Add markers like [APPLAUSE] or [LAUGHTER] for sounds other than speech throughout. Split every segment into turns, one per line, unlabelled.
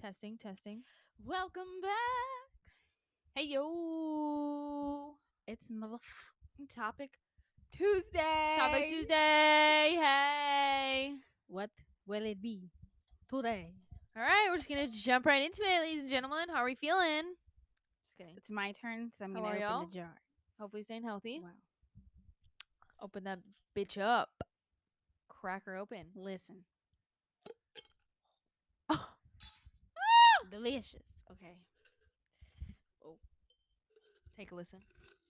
Testing, testing.
Welcome back.
Hey yo.
It's motherf- topic Tuesday.
Topic Tuesday. Hey.
What will it be today?
All right, we're just gonna jump right into it, ladies and gentlemen. How are we feeling? Just kidding.
It's my turn, so I'm
How
gonna
are
open
y'all?
the jar.
Hopefully, staying healthy.
Wow.
Open that bitch up. Crack her open.
Listen. Delicious. Okay.
[LAUGHS] Take a listen.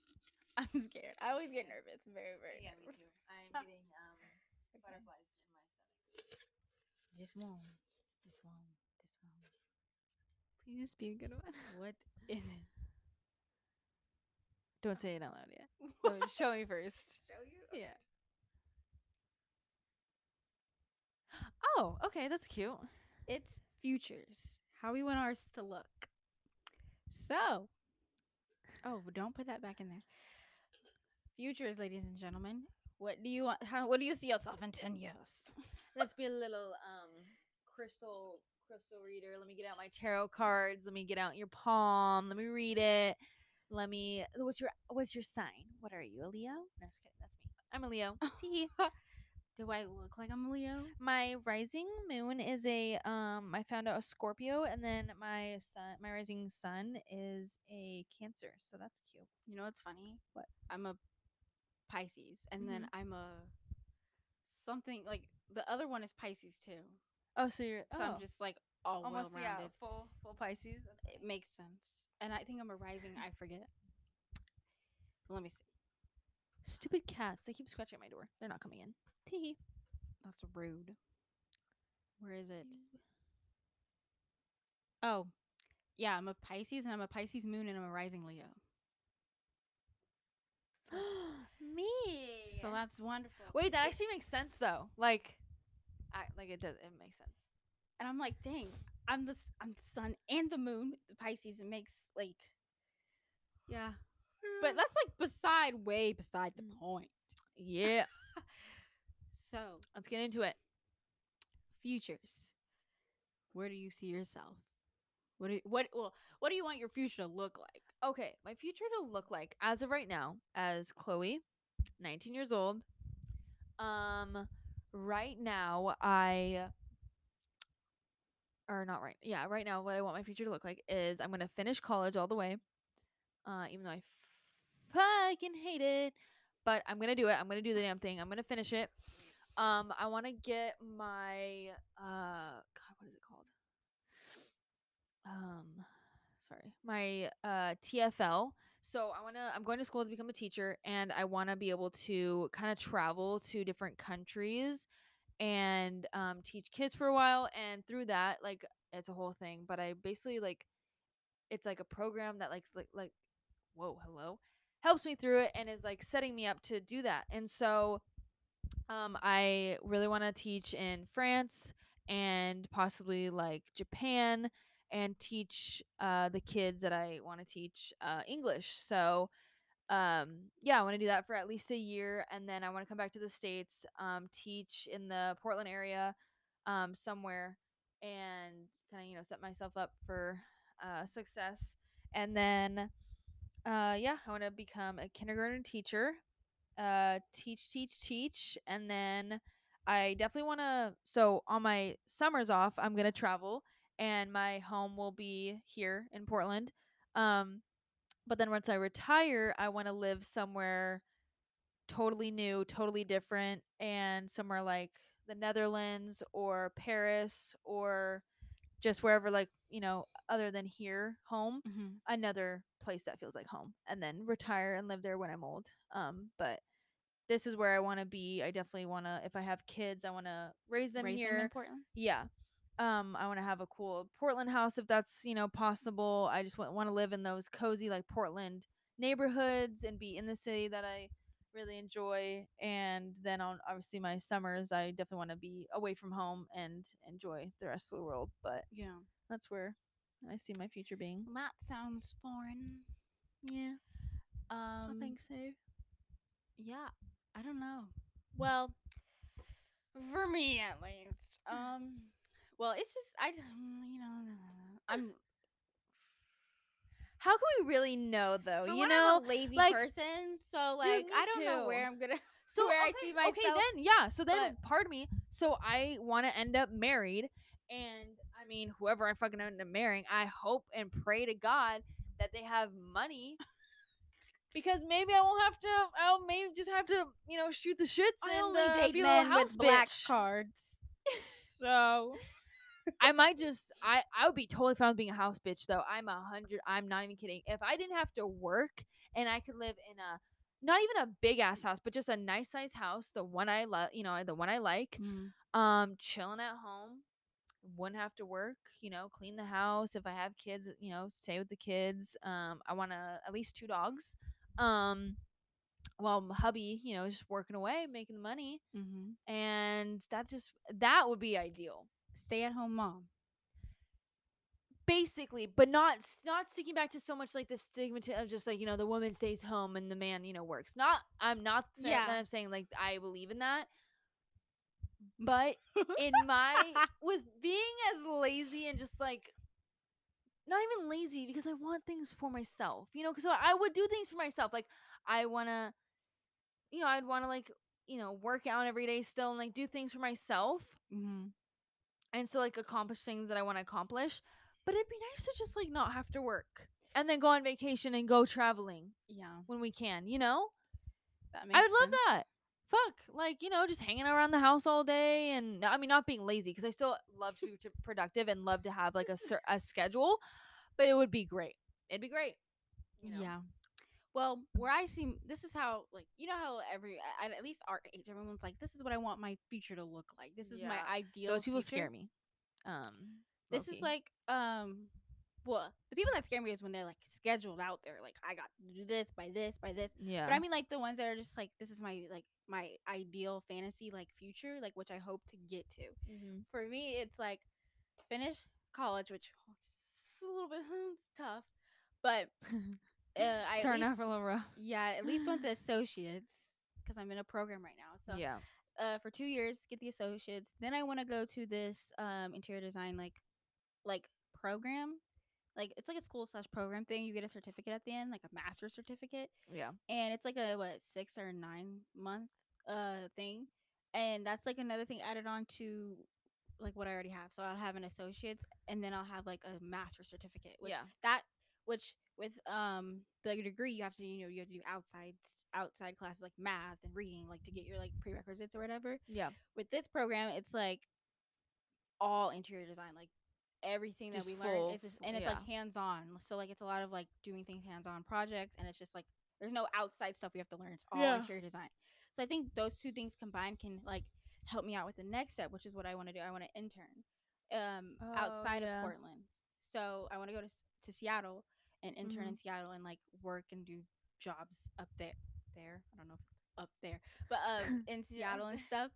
[LAUGHS] I'm scared. I always get nervous. I'm very,
[LAUGHS]
very
Yeah, me
nervous.
too. I'm
[LAUGHS]
getting um,
Okay.
butterflies in my stomach.
Just one. Just one. Just one.
Please be a
[LAUGHS]
good one.
What is it?
Don't say it out
[LAUGHS]
loud yet. Let me- Show me first.
Show you?
Yeah. [GASPS] Oh, okay, that's cute.
It's futures. How we want ours to look. So, oh, don't put that back in there. Futures, ladies and gentlemen. What do you want? How, what do you see yourself in ten years?
Let's be a little um crystal crystal reader. Let me get out my tarot cards. Let me get out your palm. Let me read it. Let me. What's your What's your sign? What are you, a Leo? No, just kidding. That's me. I'm a [LAUGHS] Leo. Teehee.
Do I look like I'm a Leo?
my rising moon is a um. I found out a Scorpio, and then my sun, my rising sun is a Cancer. So that's cute.
You know what's funny?
What?
I'm a Pisces, and then I'm a something like the other one is Pisces too.
Oh, so you're.
So
oh,
I'm just like all
almost yeah,
well-rounded.
full full Pisces. That's
It makes sense. And I think I'm a rising. I forget. Let me see.
Stupid cats. They keep scratching at my door. They're not coming in. Teehee.
That's rude. Mm. Where is it? Oh, yeah, I'm a Pisces and I'm a Pisces moon and I'm a rising Leo.
Me.
So that's wonderful.
Wait, that
It-
actually makes sense though. Like, I like it does. It makes sense.
and I'm like, dang, I'm the s- I'm the sun and the moon. The Pisces it makes like, yeah, but that's like beside way beside the
Mm.
point.
Yeah,
So
let's get into it.
futures, where do you see yourself? What do what well what do you want your future to look like?
Okay, my future to look like as of right now, as Chloe, 19 years old. Um, right now I, or not right, yeah, right now what I want my future to look like is I'm gonna finish college all the way. Uh, even though I fucking hate it, but I'm gonna do it. I'm gonna do the damn thing. I'm gonna finish it. Um, I want to get my uh, God, what is it called? Um, sorry, my uh TFL. So I want to. I'm going to school to become a teacher, and I want to be able to kind of travel to different countries and um, teach kids for a while. And through that, like, it's a whole thing. But I basically like, it's like a program that like like like, whoa, hello, helps me through it and is like setting me up to do that. And so um, I really want to teach in France and possibly like Japan and teach uh, the kids that I want to teach uh, English. So, um, yeah, I want to do that for at least a year. And then I want to come back to the States, um, teach in the Portland area um, somewhere and kind of, you know, set myself up for uh, success. And then, uh, yeah, I want to become a kindergarten teacher uh teach teach teach and then i definitely want to so on my summers off i'm going to travel and my home will be here in portland um but then once i retire i want to live somewhere totally new totally different and somewhere like the netherlands or paris or just wherever like you know other than here home
Mm-hmm.
another place that feels like home and then retire and live there when I'm old. Um, but this is where I want to be. I definitely want to, if I have kids, I want to raise them here.
Portland.
yeah. Um, I want to have a cool Portland house if that's, you know, possible. I just want to live in those cozy, like Portland neighborhoods and be in the city that I really enjoy. And then on obviously my summers, I definitely want to be away from home and enjoy the rest of the world. But
Yeah,
that's where I see my future being.
that sounds foreign.
Yeah.
Um,
so.
Yeah, I don't know. Well, [LAUGHS] for me at least, um, well, it's just I, d- mm, you know, I'm
How can we really know though?
For
you
one,
know,
I'm a lazy
like-
person, so like I
me
don't know where
too.
I'm gonna.
so
where I
okay,
see
Okay,
myself,
then yeah. So then, pardon me. So I want to end up married, and I mean, whoever I fucking end up marrying, I hope and pray to God that they have money, because maybe I won't have to. I'll maybe just have to, you know, shoot the shits
[LAUGHS] I
and
only
uh,
date
be a little
men
house
with black
bitch.
cards. [LAUGHS] So
I might just I I would be totally fine with being a house bitch though. I'm a hundred. I'm not even kidding. If I didn't have to work and I could live in a not even a big ass house, but just a nice size house, the one I love, you know, the one I like. Um, chilling at home, wouldn't have to work. You know, clean the house. If I have kids, you know, stay with the kids. Um, I want to at least two dogs. Um, while my hubby, you know, is just working away, making the money,
Mm-hmm.
and that just that would be ideal
stay at home mom.
basically but not s- not sticking back to so much like the stigma to- of just like you know the woman stays home and the man you know works not i'm not saying
Yeah.
that i'm saying like i believe in that but in my with being as lazy and just like not even lazy because i want things for myself you know because i would do things for myself like i want to you know i'd want to like you know work out every day still and like do things for myself
Mm-hmm.
and so like accomplish things that I want to accomplish. But it'd be nice to just like not have to work and then go on vacation and go traveling
Yeah,
when we can, you know?
that makes
I would love
sense.
that. Fuck, like you know, just hanging around the house all day, and I mean, not being lazy because I still love to be t- productive and love to have like a cer- a schedule, but it would be great. It'd be great. you know?
Yeah. Well, where I see this is how like you know how every a- at least our age everyone's like this is what I want my future to look like. This is
Yeah.
my ideal.
Those people
future."
scare me. Um,
This is
low-key.
like um well, the people that scare me is when they're like scheduled out there like I got to do this by this by this.
yeah.
But I mean like the ones that are just like this is my like my ideal fantasy like future like which I hope to get to.
Mhm.
For me it's like finish college which oh, it's a little bit [LAUGHS] it's tough. But
[LAUGHS]
uh, I at
starting off
least-
a little rough.
yeah, at least want the associates because I'm in a program right now. So
yeah.
uh, for two years, get the associates. Then I want to go to this um, interior design like like program. Like it's like a school slash program thing. You get a certificate at the end, like a master's certificate,
Yeah.
and it's like a what six or nine month uh thing, and that's like another thing added on to like what I already have. So I'll have an associates, and then I'll have like a master's certificate, which
yeah.
that which with um the degree you have to you know you have to do outside outside classes like math and reading like to get your like prerequisites or whatever
Yeah.
with this program it's like all interior design like everything that
Just
we
full-
learn is just, and it's like
yeah.
hands on so like it's a lot of like doing things hands on projects and it's just like there's no outside stuff we have to learn it's all
Yeah.
interior design so i think those two things combined can like help me out with the next step which is what i want to do i want to intern um
Oh,
outside
yeah.
of portland so i want to go to S- to seattle and intern
Mhm.
in seattle and like work and do jobs up there there i don't know if it's up there but
[LAUGHS]
um in
Yeah,
Seattle
up
and stuff.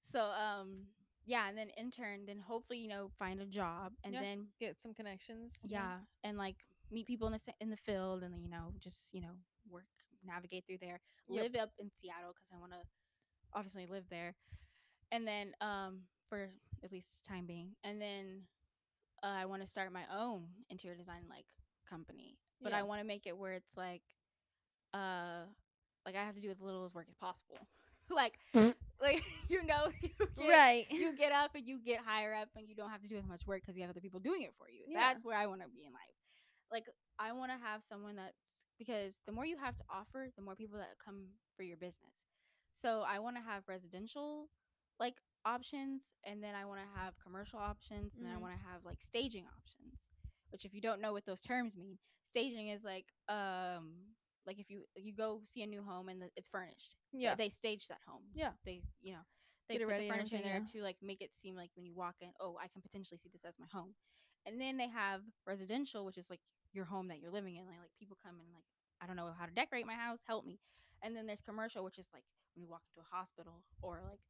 So um yeah, and then intern, then hopefully you know find a job, and
Yeah.
then
Get some connections. [LAUGHS]
yeah, and like meet people in the se- in the field, and you know just you know work navigate through there.
Yep.
Live up in Seattle because I want to obviously live there, and then um for at least time being, and then uh, I want to start my own interior design like company, but I
Yeah.
want to make it where it's like uh like I have to do as little as work as possible, [LAUGHS]
[LAUGHS]
like like [LAUGHS] you know you get,
Right.
you get up and you get higher up and you don't have to do as much work because you have other people doing it for you.
Yeah.
That's where I want to be in life. Like I want to have someone that's because the more you have to offer, the more people that come for your business. So I want to have residential like options and then I want to have commercial options and then I
Mhm.
want to have like staging options. Which if you don't know what those terms mean, staging is like um like if you you go see a new home and the, it's furnished
[LAUGHS] Yeah.
they staged that home.
Yeah.
They, you know, they
Get it
put
ready
the
and
furniture in there
everything,
to like make it seem like when you walk in, oh, I can potentially see this as my home. And then they have residential, which is like your home that you're living in. Like, like people come and like, I don't know how to decorate my house, help me. And then there's commercial, which is like when you walk into a hospital or like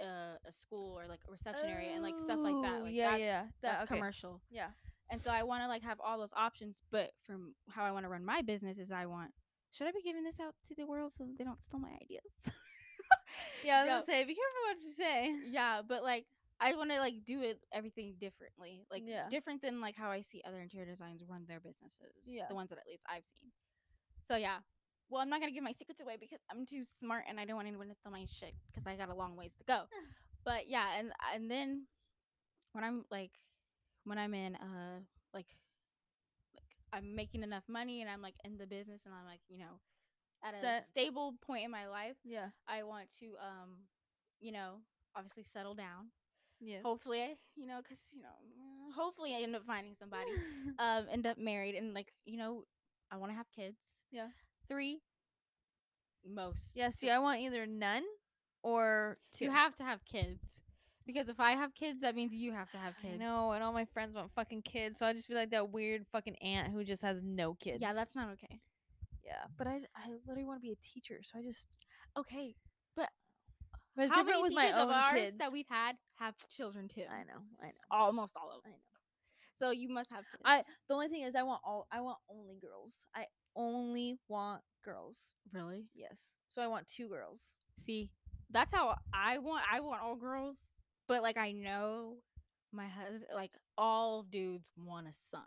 uh, a school or like a reception area and like stuff like that.
Oh,
Like
yeah,
that's,
yeah, that-
that's
okay.
commercial.
Yeah.
And so I want to like have all those options, but from how I want to run my business is I want. Should I be giving this out to the world so they don't steal my ideas?
Yeah, I was
No.
gonna say, be careful what you say.
Yeah, but like I I want to like do it everything differently, like
Yeah.
different than like how I see other interior designs run their businesses.
Yeah.
the ones that at least I've seen. So yeah, well, I'm not gonna give my secrets away because I'm too smart and I don't want anyone to steal my shit because I got a long ways
[LAUGHS]
to go. but yeah, and and then when I'm like when I'm in uh like like I'm making enough money and I'm like in the business and I'm like you know at a
Set.
stable point in my life,
Yeah.
I want to um you know obviously settle down.
Yes.
Hopefully, I- you know, because you know, hopefully I end up finding somebody
e
um end up married and like you know i want to have kids
Yeah.
three most
[LAUGHS] yeah. [LAUGHS] See, I want either none or two.
you have to have kids because if i have kids that means you have to have kids
No, and all my friends want fucking kids, so I just feel like that weird fucking aunt who just has no kids.
yeah that's not okay
yeah. But I I literally want to be a teacher, so I just.
okay
But it's
how
different
many
with my
teachers of
own
ours
kids.
that we've had have children too
I know. I know.
S- almost all of
I
them
know.
so you must have kids
I the only thing is I want all I want only girls. I only want girls.
really
Yes. So I want two girls.
see that's how i want i want all girls but like i know my husband like all dudes want a son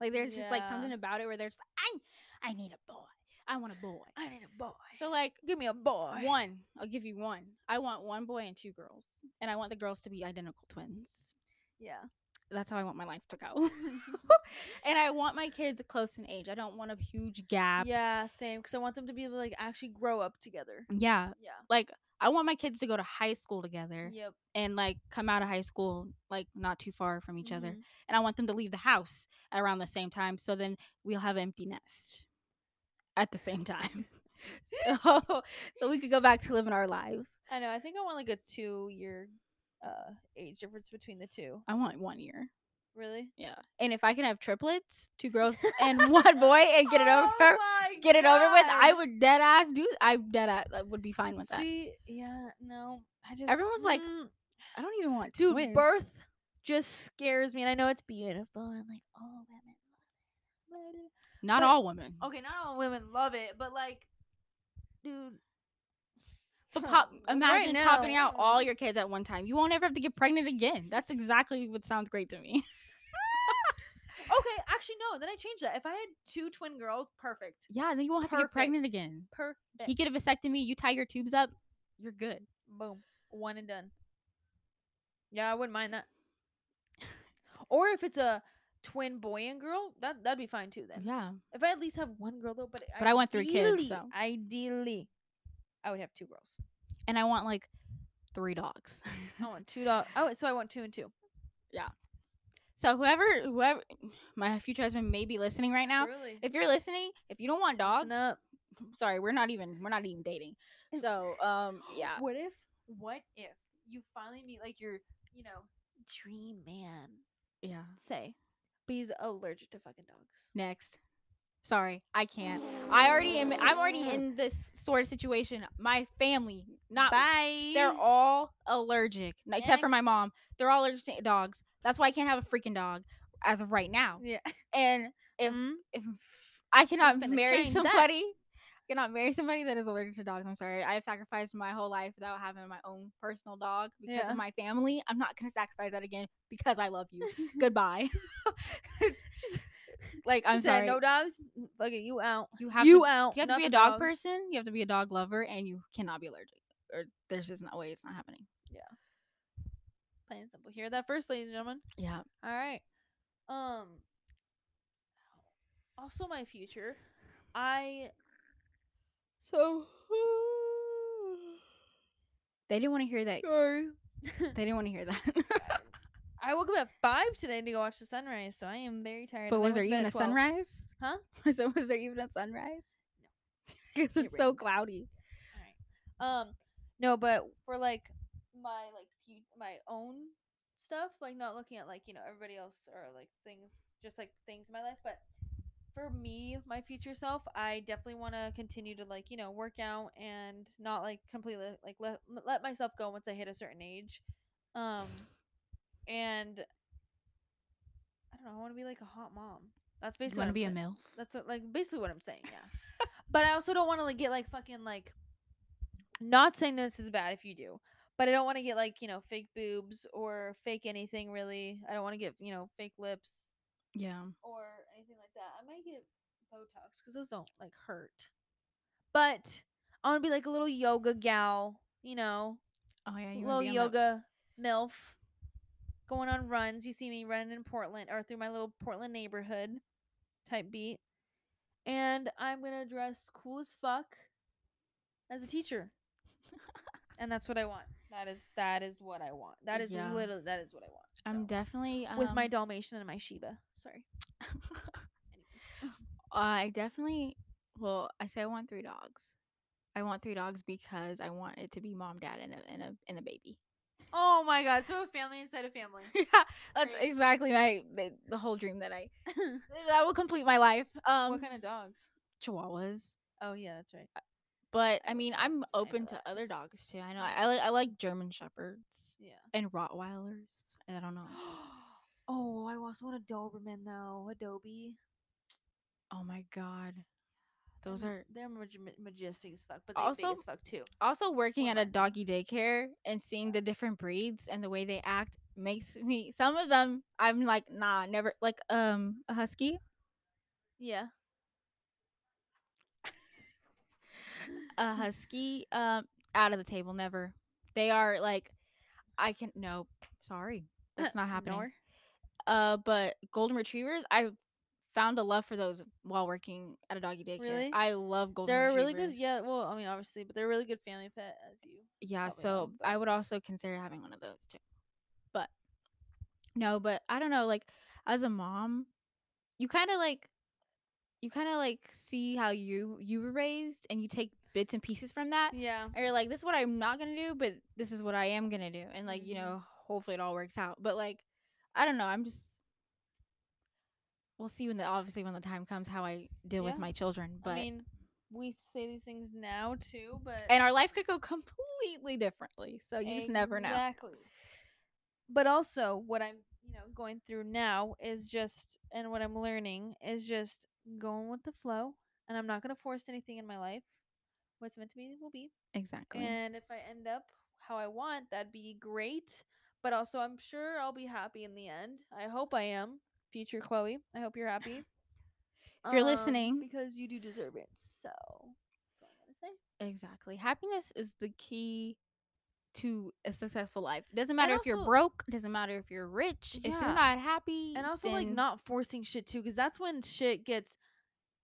like there's just like
Yeah.
something about it where they're just like, i i need a boy i want a boy
I need a boy.
so like
give me a boy.
one i'll give you one i want one boy and two girls and i want the girls to be identical twins
Yeah.
that's how i want my life
[LAUGHS]
to go [LAUGHS] and i want my kids close in age i don't want a huge gap
Yeah, same. Because I want them to be able to like actually grow up together.
yeah
Yeah.
like i want my kids to go to high school together
Yep.
and like come out of high school like not too far from each other
Mhm.
and i want them to leave the house around the same time so then we'll have empty nest at the same time [LAUGHS] so, so we could go back to living our life
I know. I think I want like a two year uh age difference between the two.
i want one year
Really?
yeah and if i can have triplets two girls and [LAUGHS] one boy and get it over
Oh
[LAUGHS] get it over with i would dead ass do i dead ass I would be fine with that
See, yeah, no. I just
Everyone's like,
mm,
i don't even want
dude,
twins.
birth just scares me and I know it's beautiful and like all women love it.
not
but-
all women
Okay, not all women love it, but like, dude. [LAUGHS]
But pop,
right
imagine popping
now, mm-hmm.
out all your kids at one time. You won't ever have to get pregnant again. That's exactly what sounds great to me. [LAUGHS]
Okay, actually, no. Then I changed that. If I had two twin girls, perfect.
yeah, then you won't have to get pregnant
Perfect.
again.
Perfect.
He get a vasectomy. You tie your tubes up. You're good.
Boom. One and done. Yeah, I wouldn't mind that. [SIGHS] Or if it's a twin boy and girl, that that'd be fine too. Then
Yeah.
if I at least have one girl though, but
But I want three kids,
ideally-
so.
ideally, I would have two
[LAUGHS]
girls.
And I want like three dogs. [LAUGHS]
I want two dogs. Oh, so I want two and two.
so whoever, whoever, [SIGHS] my future husband may be listening right now.
Truly.
If you're listening, if you don't want dogs,
Listen up.
sorry, we're not even, we're not even [LAUGHS] dating. So, um, yeah.
What if? What if you finally meet like your, you know, dream man?
Yeah.
Say, but he's allergic to fucking dogs.
Next. Sorry, I can't. I already am. I'm already in this sort of situation. My family, not
Bye.
they're all allergic, n- except for my
Next.
mom. They're all allergic to dogs. That's why I can't have a freaking dog as of right now.
yeah.
And if
Mm.
if I cannot
finna
marry
change that.
somebody, I cannot marry somebody that is allergic to dogs. I'm sorry. I have sacrificed my whole life without having my own personal dog because
Yeah.
of my family. I'm not gonna sacrifice that again because I love
[LAUGHS]
you. Goodbye. [LAUGHS] like
She
I'm
said,
sorry.
No dogs. Mm-hmm. Fuck it, you out.
you have
you
to,
out.
you have to
not
be a
the
dog
dogs.
person. You have to be a dog lover, and you cannot be allergic. Or there's just no way it's not happening.
Plain and simple. Hear that first, ladies and gentlemen.
Yeah.
All right. Um. Also, my future. I. So. [SIGHS]
They didn't want to [LAUGHS] hear that.
Sorry.
They didn't want to hear that. [LAUGHS]
I woke up at five today to go watch the sunrise, so I am very tired.
but
and I went
was there
to bed
even
at
a
12.
sunrise? [LAUGHS]
Huh?
Was there, was there even a sunrise? [LAUGHS] No. Because
It
it's so
rained.
cloudy.
Um, no, but for like my like fu- my own stuff, like not looking at like you know everybody else or like things, just like things in my life. But for me, my future self, I definitely want to continue to like you know work out and not like completely like let let myself go once I hit a certain age. Um, and I don't know. I want to be like a hot mom. That's
You
basically
want
what
to
I'm
be a
saying.
milf?
That's what- like basically what I'm saying. Yeah. but I also don't want to like get like fucking like. Not saying this is bad if you do, but I don't want to get like, you know, fake boobs or fake anything really. I don't want to get, you know, fake lips
Yeah.
or anything like that. I might get Botox because those don't like hurt. But I want to be like a little yoga gal, you know,
Oh yeah. You wanna
little
be on the-
yoga MILF going on runs. You see me running in Portland or through my little Portland neighborhood type beat. And I'm going to dress cool as fuck as a
[LAUGHS]
teacher. and that's what I want. That is that is what I want. That is
Yeah.
literally that is what I want.
I'm
So,
definitely
with my
um, [LAUGHS]
Dalmatian and my Shiba. Sorry.
I definitely. Well, I say I want three dogs. I want three dogs because I want it to be mom, dad, and a and a and a baby.
Oh my god, so a family inside a family.
[LAUGHS] that's
Great.
exactly my the, the whole dream
[LAUGHS]
that I eh, that will complete my life. Um,
what kind of dogs?
chihuahuas.
Oh yeah, that's right.
But
I
I
would
mean,
like- I
I'm
know
open to
that.
other dogs too. I know I like I like German shepherds
Yeah.
and Rottweilers. I don't know.
[GASPS] oh, I also want a Doberman though. Adobe.
Oh my god, those
They're-
are
Mm-hmm. they're maj- ma- majestic as fuck, but they're
Also-
big as fuck too.
also working
Or
at a
not.
doggy daycare and seeing the different breeds and the way they act makes me some of them I'm like nah never like um a husky
[LAUGHS] Yeah.
a husky um out of the table never they are like I can no sorry
[LAUGHS]
that's not happening
Nor.
uh but golden retrievers I found a love for those while working at a doggy daycare
Really?
I love golden
They're
retrievers
really good. Yeah. Well, I mean, obviously, but they're a really good family pet as you. probably
yeah
not,
so i would also consider having one of those too but no but i don't know like as a mom you kind of like you kind of like see how you you were raised and you take bits and pieces from that
Yeah.
or you're like this is what i'm not gonna do but this is what i am gonna do and like you
Mhm.
know hopefully it all works out but like i don't know i'm just we'll see when the obviously when the time comes how i deal
Yeah.
with my children but
I mean, we say these things now too, but
and our life could go completely differently so you just never know
Exactly. But also, what I'm you know going through now is just, and what I'm learning is just going with the flow, and I'm not gonna force anything in my life. What's meant to be will be.
exactly
And if I end up how I want, that'd be great. But also, I'm sure I'll be happy in the end. I hope I am. Future Chloe, I hope you're happy.
[LAUGHS]
Um,
If you're listening-
because you do deserve it. So, that's all I gotta say.
Exactly. Happiness is the key to a successful life. Doesn't matter if you're
also-
broke, doesn't matter if you're rich, if
Yeah.
you're not happy.
and also like
then-
not forcing shit too because that's when shit gets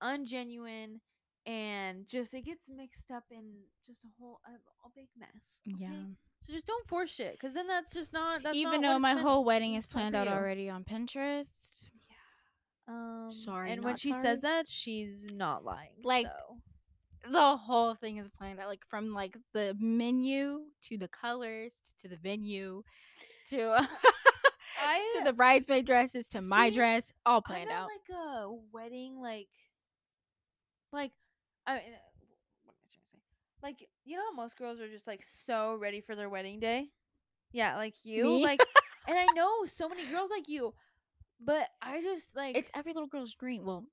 ungenuine and just it gets mixed up in just a whole a, a big mess okay?
Yeah.
so just don't force shit because then that's just not that's not
Even
what
though
it's
my
meant-
whole wedding
it's
is
meant
planned
for
out
you.
already on Pinterest.
um
Sorry,
and when
not
she
sorry.
says that she's not lying
Like,
so.
The whole thing is planned out like from like the menu to the colors to the venue to [LAUGHS]
I-
to the bridesmaid dresses to my
See,
dress, all
I'm
planned
not
out.
like a wedding like like I mean, uh, what am I trying to say? Like you know how most girls are just like so ready for their wedding day? Yeah, like you.
Me?
Like and [LAUGHS] I know so many girls like you, but I just like
it's every little girl's dream. Well,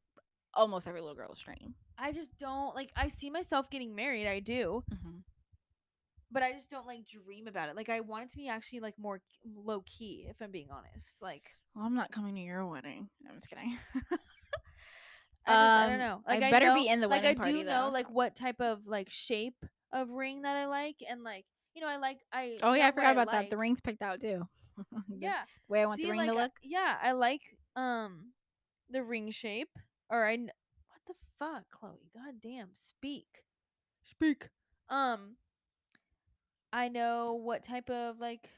almost every little girl's dream.
I just don't like I see myself getting married, I do,
Mm-hmm.
but I just don't like dream about it. Like I want it to be actually like more low key if I'm being honest. Like
Well, I'm not coming to your wedding. I'm just kidding.
I just I don't
Um,
know.
I
Like
better
know,
be in the
like
wedding
I
party,
do know
though,
like
so-
what type of like shape of ring that I like and like you know I like I
[LAUGHS] Oh yeah, I
love what
forgot about that. The
like.
ring's picked out too. [LAUGHS] The
yeah
way I want
See,
the ring
like,
to
I-
look.
yeah I like um the ring shape or I kn- what the fuck Chloe god damn speak speak um I know what type of like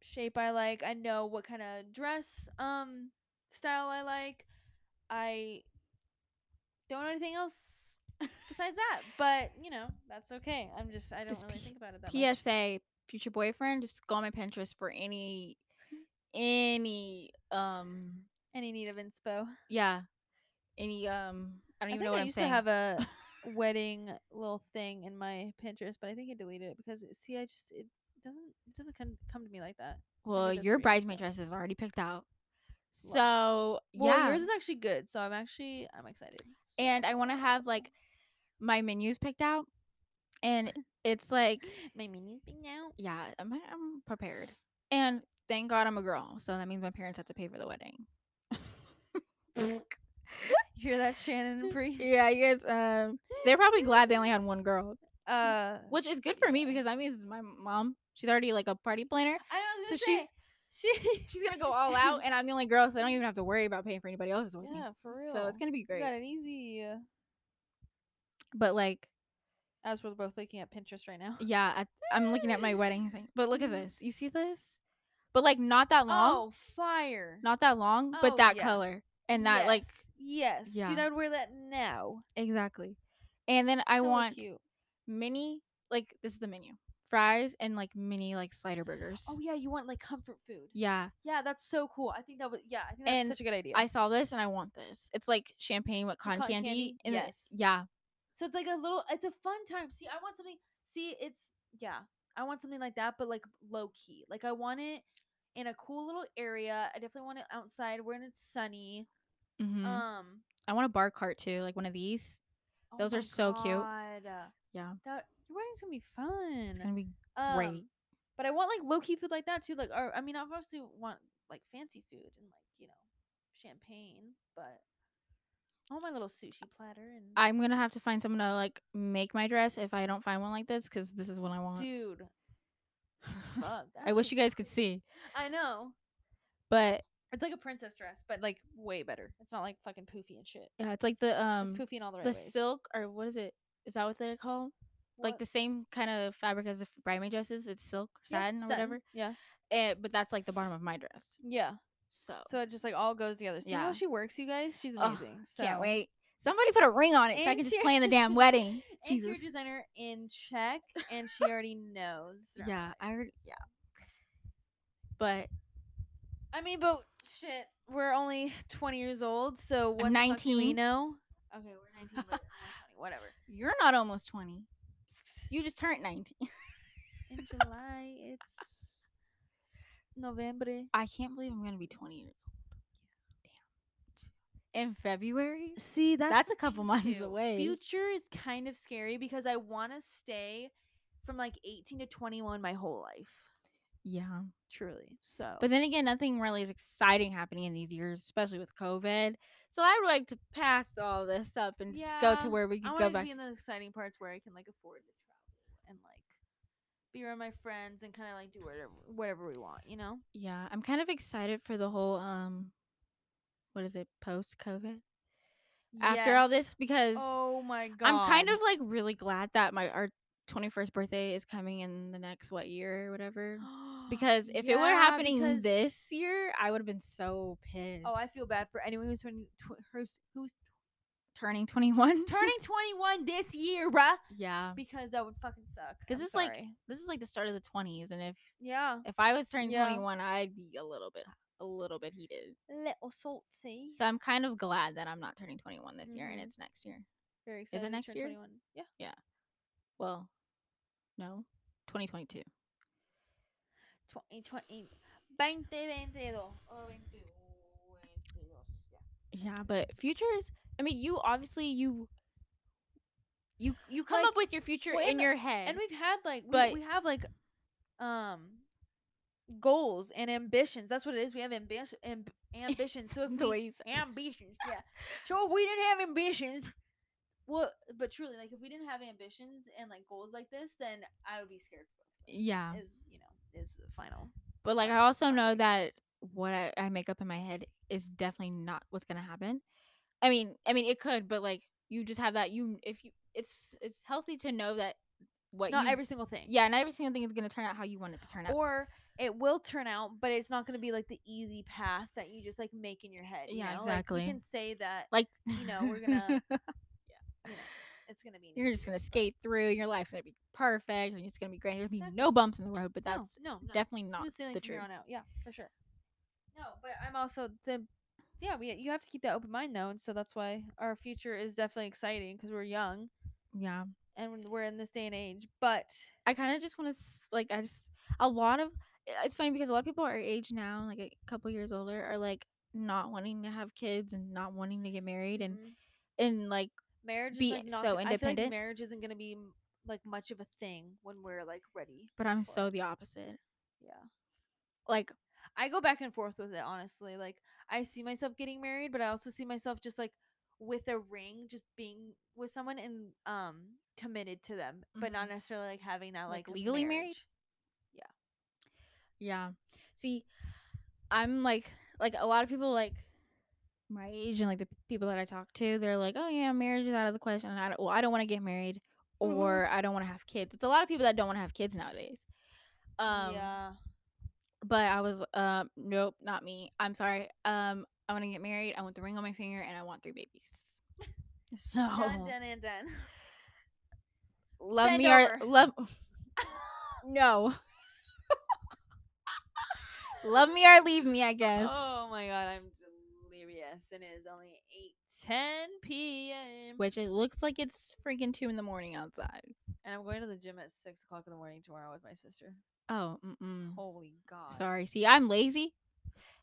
shape I like I know what kind of dress um style I like I don't know anything else besides that. But you know, that's okay. I'm just I don't
Just
really
P-
think about it that much.
PSA: Future boyfriend, just go on my Pinterest for any, any um,
Any need of inspo?
yeah, any um. I don't
I
even
think
know what
I
am
used
saying.
to have
[LAUGHS]
a wedding little thing in my Pinterest, but I think I deleted it because uh, see, I just it doesn't it doesn't come, come to me like that.
well,
this
your
for you,
bridesmaid
so-
dress is already picked out.
Love.
So
Well,
yeah,
yours is actually good, so I'm actually I'm excited.
and I want to have
So-
like my menus picked out. [LAUGHS] and it's like
[LAUGHS] My mini's being
[LAUGHS]
out. [LAUGHS]
yeah, I'm, I'm prepared. And thank God I'm a girl, so that means my parents have to pay for the wedding.
You hear that,
[LAUGHS]
Shannon and Bree?
Yeah, I guess um, they're [LAUGHS] probably glad they only had one girl,
Uh,
which is good for me because that means my mom, she's already like a party planner,
I was
so
gonna
she's
say, she.
[LAUGHS] she's gonna go all
[LAUGHS]
out, and I'm the only girl, so I don't even have to worry about paying for anybody else's wedding.
Yeah, for real.
So it's gonna be
You got
great.
it easy.
uh,
But like,
As we're both looking at Pinterest right now.
yeah, I, I'm looking at my wedding thing. But look at this. You see this? But like, not that long.
Mm-hmm. Oh, fire!
Not that long, but
Oh,
that
yeah.
color and that like
Yes.
Yeah.
Dude, I would wear that now.
exactly. And then I
Hella
want
cute.
mini like this is the menu fries and like mini like slider burgers.
Oh yeah, you want like comfort food.
yeah,
Yeah, that's so cool. I think that was yeah, I think that's
And
such a good idea.
I saw this and I want this. It's like champagne with cotton,
cotton
candy.
candy?
And then-
Yes.
yeah,
so it's like a little it's a fun time. See, I want something see, it's yeah. I want something like that, but like low key. Like I want it in a cool little area. I definitely want it outside when it's sunny.
mhm.
Uh
Um
I want a bar cart too, like one of these.
oh
Those are
my
so cute.
God.
Yeah.
That your wedding's gonna be
It's
fun.
gonna be
Um,
great.
But I want like low key food like that too. Like, or, I mean, I obviously want like fancy food and like you know, champagne. But I want my little sushi platter and
I'm gonna have to find someone to like make my dress if I don't find one like this because this is what I want. [LAUGHS]
dude. Fuck, that
I wish
shit's
you
[LAUGHS]
guys could
pretty.
see,
I know
but
it's like a princess dress, but like way better. It's not like fucking poofy and shit.
yeah, it's like the um
it's poofy in all the right
the
ways.
silk or what is it? Is that what they're called? Like
What?
the same kind of fabric as the f- bridesmaid dresses. It's silk,
Yeah,
satin, or whatever.
Yeah,
And, but that's like the bottom of my dress.
yeah.
So,
So it just like all goes together. See
Oh. Yeah.
how she works, you guys. She's
Ugh,
amazing. so
can't wait. Somebody put a ring on it so I can just play in [LAUGHS]
[LAUGHS]
the damn wedding.
Interior
Jesus.
designer in check, and she already knows.
Yeah, I already, yeah. But
I mean, but shit, we're only 20 years old, so what
I'm
the fuck do we
19.
know? Okay,
[LAUGHS]
we're 19, but we're 20, whatever.
you're not almost twenty. You just turned nineteen.
[LAUGHS] In July, it's November.
I can't believe I'm gonna be 20 years old. Damn. In February?
See, that's,
That's
the
a couple
thing,
months
too.
away.
Future is kind of scary because I want to stay from like 18 to 21 my whole life,
Yeah.
truly. So,
But then again, nothing really is exciting happening in these years, especially with COVID. So I'd like to pass all this up and just go
Yeah,
to where we
I
could
want
go
to
back.
be in
to-
the exciting parts where I can like afford to travel and like be around my friends and kind of like do whatever whatever we want, you know?
yeah, I'm kind of excited for the whole um what is it? Post COVID? After
Yes.
all this because
Oh my god.
I'm kind of like really glad that my our 21st birthday is coming in the next what year or [GASPS] whatever.
[GASPS]
Because if it were
Yeah,
happening
because-
this year, I would have been so pissed.
Oh, I feel bad for anyone who's turning tw- who's, who's
Turning 21. [LAUGHS]
turning 21 this year, bruh.
yeah.
Because that would fucking suck.
'Cause
I'm
it's like-
sorry.
This is like the start of the 20s and if
yeah,
if I was turning
Yeah.
21, I'd be a little bit a little bit heated.
little salty.
So I'm kind of glad that I'm not turning 21 this year and
Mhm.
it's next year.
Very
it
excited. to
next
turn
year?
21. Yeah.
Well, no. 2022.
2020. 2022 or 21. oh, Yeah.
Yeah, but future is I mean, you obviously you you you come
Like,
up with your future
well,
in
and-
your head.
and we've had like we,
But-
we have like um goals and ambitions that's what it is we have ambition amb- ambitions
[LAUGHS]
so if
the
we
way you said-
ambitions yeah so if we didn't have ambitions well but truly like if we didn't have ambitions and like goals like this then i would be scared
Yeah.
is you know is the final
But like I
Right,
also
right.
know that what I, I make up in my head is definitely not what's gonna happen. I mean, I mean it could, but like you just have that you if you it's it's healthy to know that what
not
you,
every single thing
yeah not every single thing is gonna turn out how you want it to turn out.
or it will turn out but it's not going to be like the easy path that you just like make in your head you
Yeah,
know?
exactly.
like, you can say that
like
you know, we're
[LAUGHS]
gonna- you know, it's going to be an
you're
easy
just gonna
road, but-
skate through. Your life's gonna be perfect, and it's gonna be great. There'll be
Exactly.
no bumps in the road, but
No,
that's
no, no.
definitely not
Smooth sailing
the
from here
truth.
on out. Yeah, for sure. No, but I'm also the yeah. We you have to keep that open mind though, and so that's why our future is definitely exciting because we're young
yeah.
and when we're in this day and age. But
I kind of just want to like I just a lot of i- it's funny because a lot of people our age now, like a couple years older, are like not wanting to have kids and not wanting to get married and
Mhm.
and like
marriage
Be
is like not
so
gonna- I feel like
independent.
marriage isn't going to be m- like much of a thing when we're like ready.
But I'm
for
so
it.
the opposite.
yeah.
Like
I go back and forth with it, honestly. Like, I see myself getting married, but I also see myself just like with a ring, just being with someone and um committed to them, but not necessarily like having that like,
Mm-hmm. Like, legally married?
marriage.
Yeah. See, I'm like like a lot of people like my age and like the people that I talk to, they're like, "Oh yeah, marriage is out of the question." I don't, well, I don't want to get married or I don't want to have kids. It's a lot of people that don't want to have kids nowadays. Um
yeah.
[LAUGHS] but I was um nope, not me. I'm sorry. Um I want to get married. I want the ring on my finger and I want three babies. [LAUGHS] So
Done, done, and done.
love
Bend
me or
over.
love no [LAUGHS] love me or leave me i guess
Oh my god, I'm delirious, and it is only eight ten p.m.
which it looks like it's freaking two in the morning outside
and I'm going to the gym at six o'clock in the morning tomorrow with my sister.
oh mm-mm.
Holy god!
sorry see i'm lazy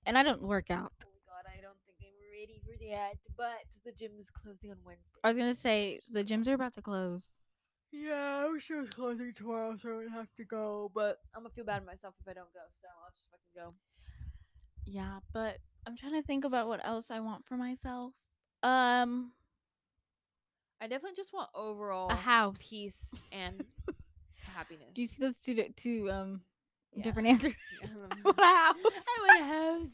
and i don't work out
Oh god, I don't think I'm ready for that. But the gym is closing on Wednesday.
i was gonna say the gyms are about to close
Yeah, I wish it was closing tomorrow, so I would have to go. But I'm gonna feel bad myself if I don't go, so I'll just fucking go.
yeah but i'm trying to think about what else i want for myself um
I definitely just want overall
a house
peace
[LAUGHS]
and happiness.
do you see those two di- two um
Yeah.
different [LAUGHS] answers
[LAUGHS] Um,
what a house
I want a house.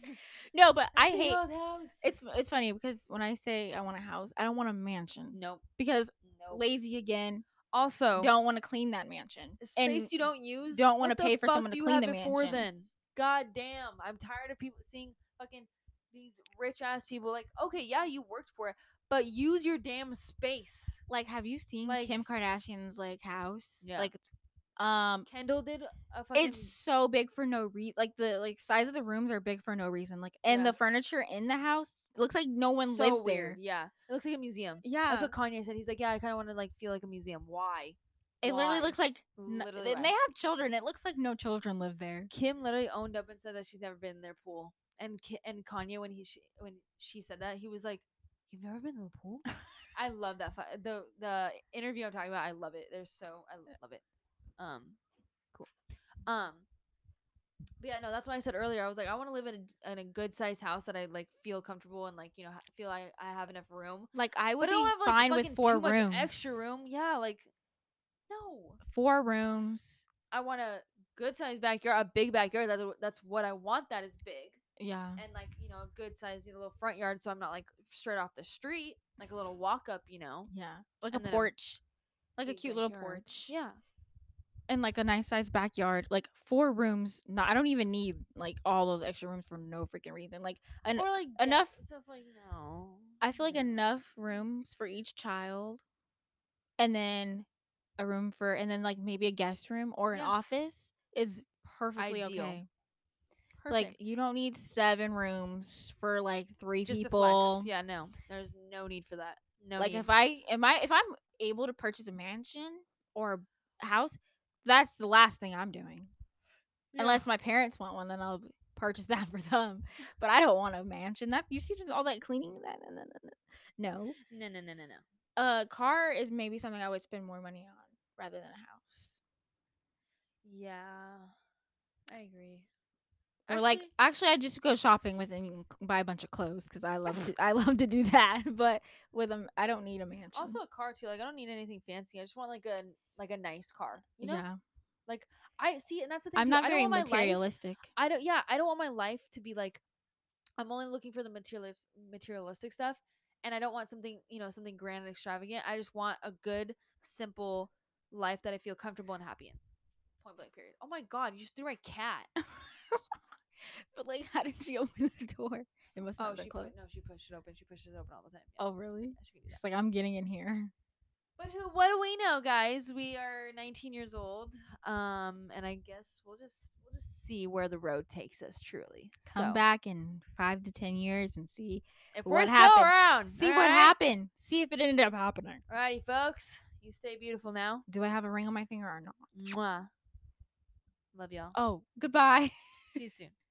no but i
big
hate
old house.
It's it's funny because when I say I want a house, I don't want a mansion
nope,
because
nope.
lazy again.
also,
Don't want to clean that mansion.
space you don't use.
don't wanna
what the
pay for
fuck
someone to
do you
clean
have
the
it for
mansion.
Then, god damn, I'm tired of people seeing fucking these rich ass people. Like, okay, yeah, you worked for it, but use your damn space.
like. Have you seen
like-
Kim Kardashian's like house?
Yeah.
Like, um,
Kendall did a fucking.
it's so big for no reason. Like the like size of the rooms are big for no reason. Like, and
Yeah.
the furniture in the house looks like no one
so
lives
weird.
there.
Yeah, it looks like a museum.
Yeah,
That's what Kanye said. He's like, yeah, I kind of want to like feel like a museum. Why?
it literally
why?
looks like. n-
Literally,
and
why?
they have children. It looks like no children live there.
Kim literally owned up and said that she's never been in their pool. And Ki- and Kanye when he she, when she said that he was like, "You've never been in the
[LAUGHS]
pool." I love that fi- the the interview I'm talking about. I love it. They're so I
Eh.
love it. Um, cool. Um, but yeah, no, that's why I said earlier. I was like, I want to live in a, in a good sized house that I like feel comfortable and like you know ha- feel I I have enough room.
Like I would
But I
be
don't have like
fine
fucking
with four
too much
rooms.
extra room. Yeah, like no.
Four rooms.
I want a good sized backyard, a big backyard. That's what- that's what I want. That is big
Yeah.
and like you know a good sized little front yard, so I'm not like straight off the street, like a little walk up, you know.
Yeah. Like
And
a
then a
porch. Like a
big
cute little
backyard.
porch.
Yeah,
And like a nice sized backyard. Like four rooms. Not I don't even need like all those extra rooms for no freaking reason. Like an
or like
enough-
stuff like no.
I feel like
no.
enough rooms for each child. And then a room for and then like maybe a guest room or an
Yeah.
office is perfectly
Ideal.
okay. Like you
Perfect.
don't need seven rooms for like three
just a
people.
flex. Yeah, no, there's no need for that. No,
like
need.
if I am I if I'm able to purchase a mansion or a house, that's the last thing I'm doing. Unless my parents want one, then I'll purchase [LAUGHS] that for them. But I don't want a mansion. That you see just all that cleaning that no, no, no, no.
no no no no no.
No. A car is maybe something I would spend more money on rather than a house.
Yeah, I agree.
Or like actually I just go shopping with and buy a bunch of clothes cuz I love to [LAUGHS] I love to do that, [LAUGHS] but with them I don't need a mansion.
also a car too. Like I don't need anything fancy. I just want like a like a nice car. You know,
yeah.
I see, and that's the thing.
I'm
too.
not
I don't
very
want my life-
materialistic.
I don't. Yeah, I don't want my life to be like. I'm only looking for the materialist, materialistic stuff, and I don't want something, you know, something grand and extravagant. I just want a good, simple life that I feel comfortable and happy in. Point blank. Period. Oh my god, you just threw my cat.
[LAUGHS] But like, how did she [LAUGHS] open the door? It must not
Oh,
have
she
been
put,
closed.
no, she pushed it open. She pushes it open all the time. yeah.
Oh, really?
Yeah, she can do that.
She's like, I'm getting in here.
But who? What do we know, guys? We are 19 years old, um, and I guess we'll just we'll just see where the road takes us. Truly,
Come
So,
back in five to ten years and see
if
what
we're still
happened.
around.
see what
alright?
happened. See if it ended up happening.
Alrighty, folks. You stay beautiful now.
Do I have a ring on my finger or not?
Mwah. Love y'all.
Oh, goodbye.
See you soon.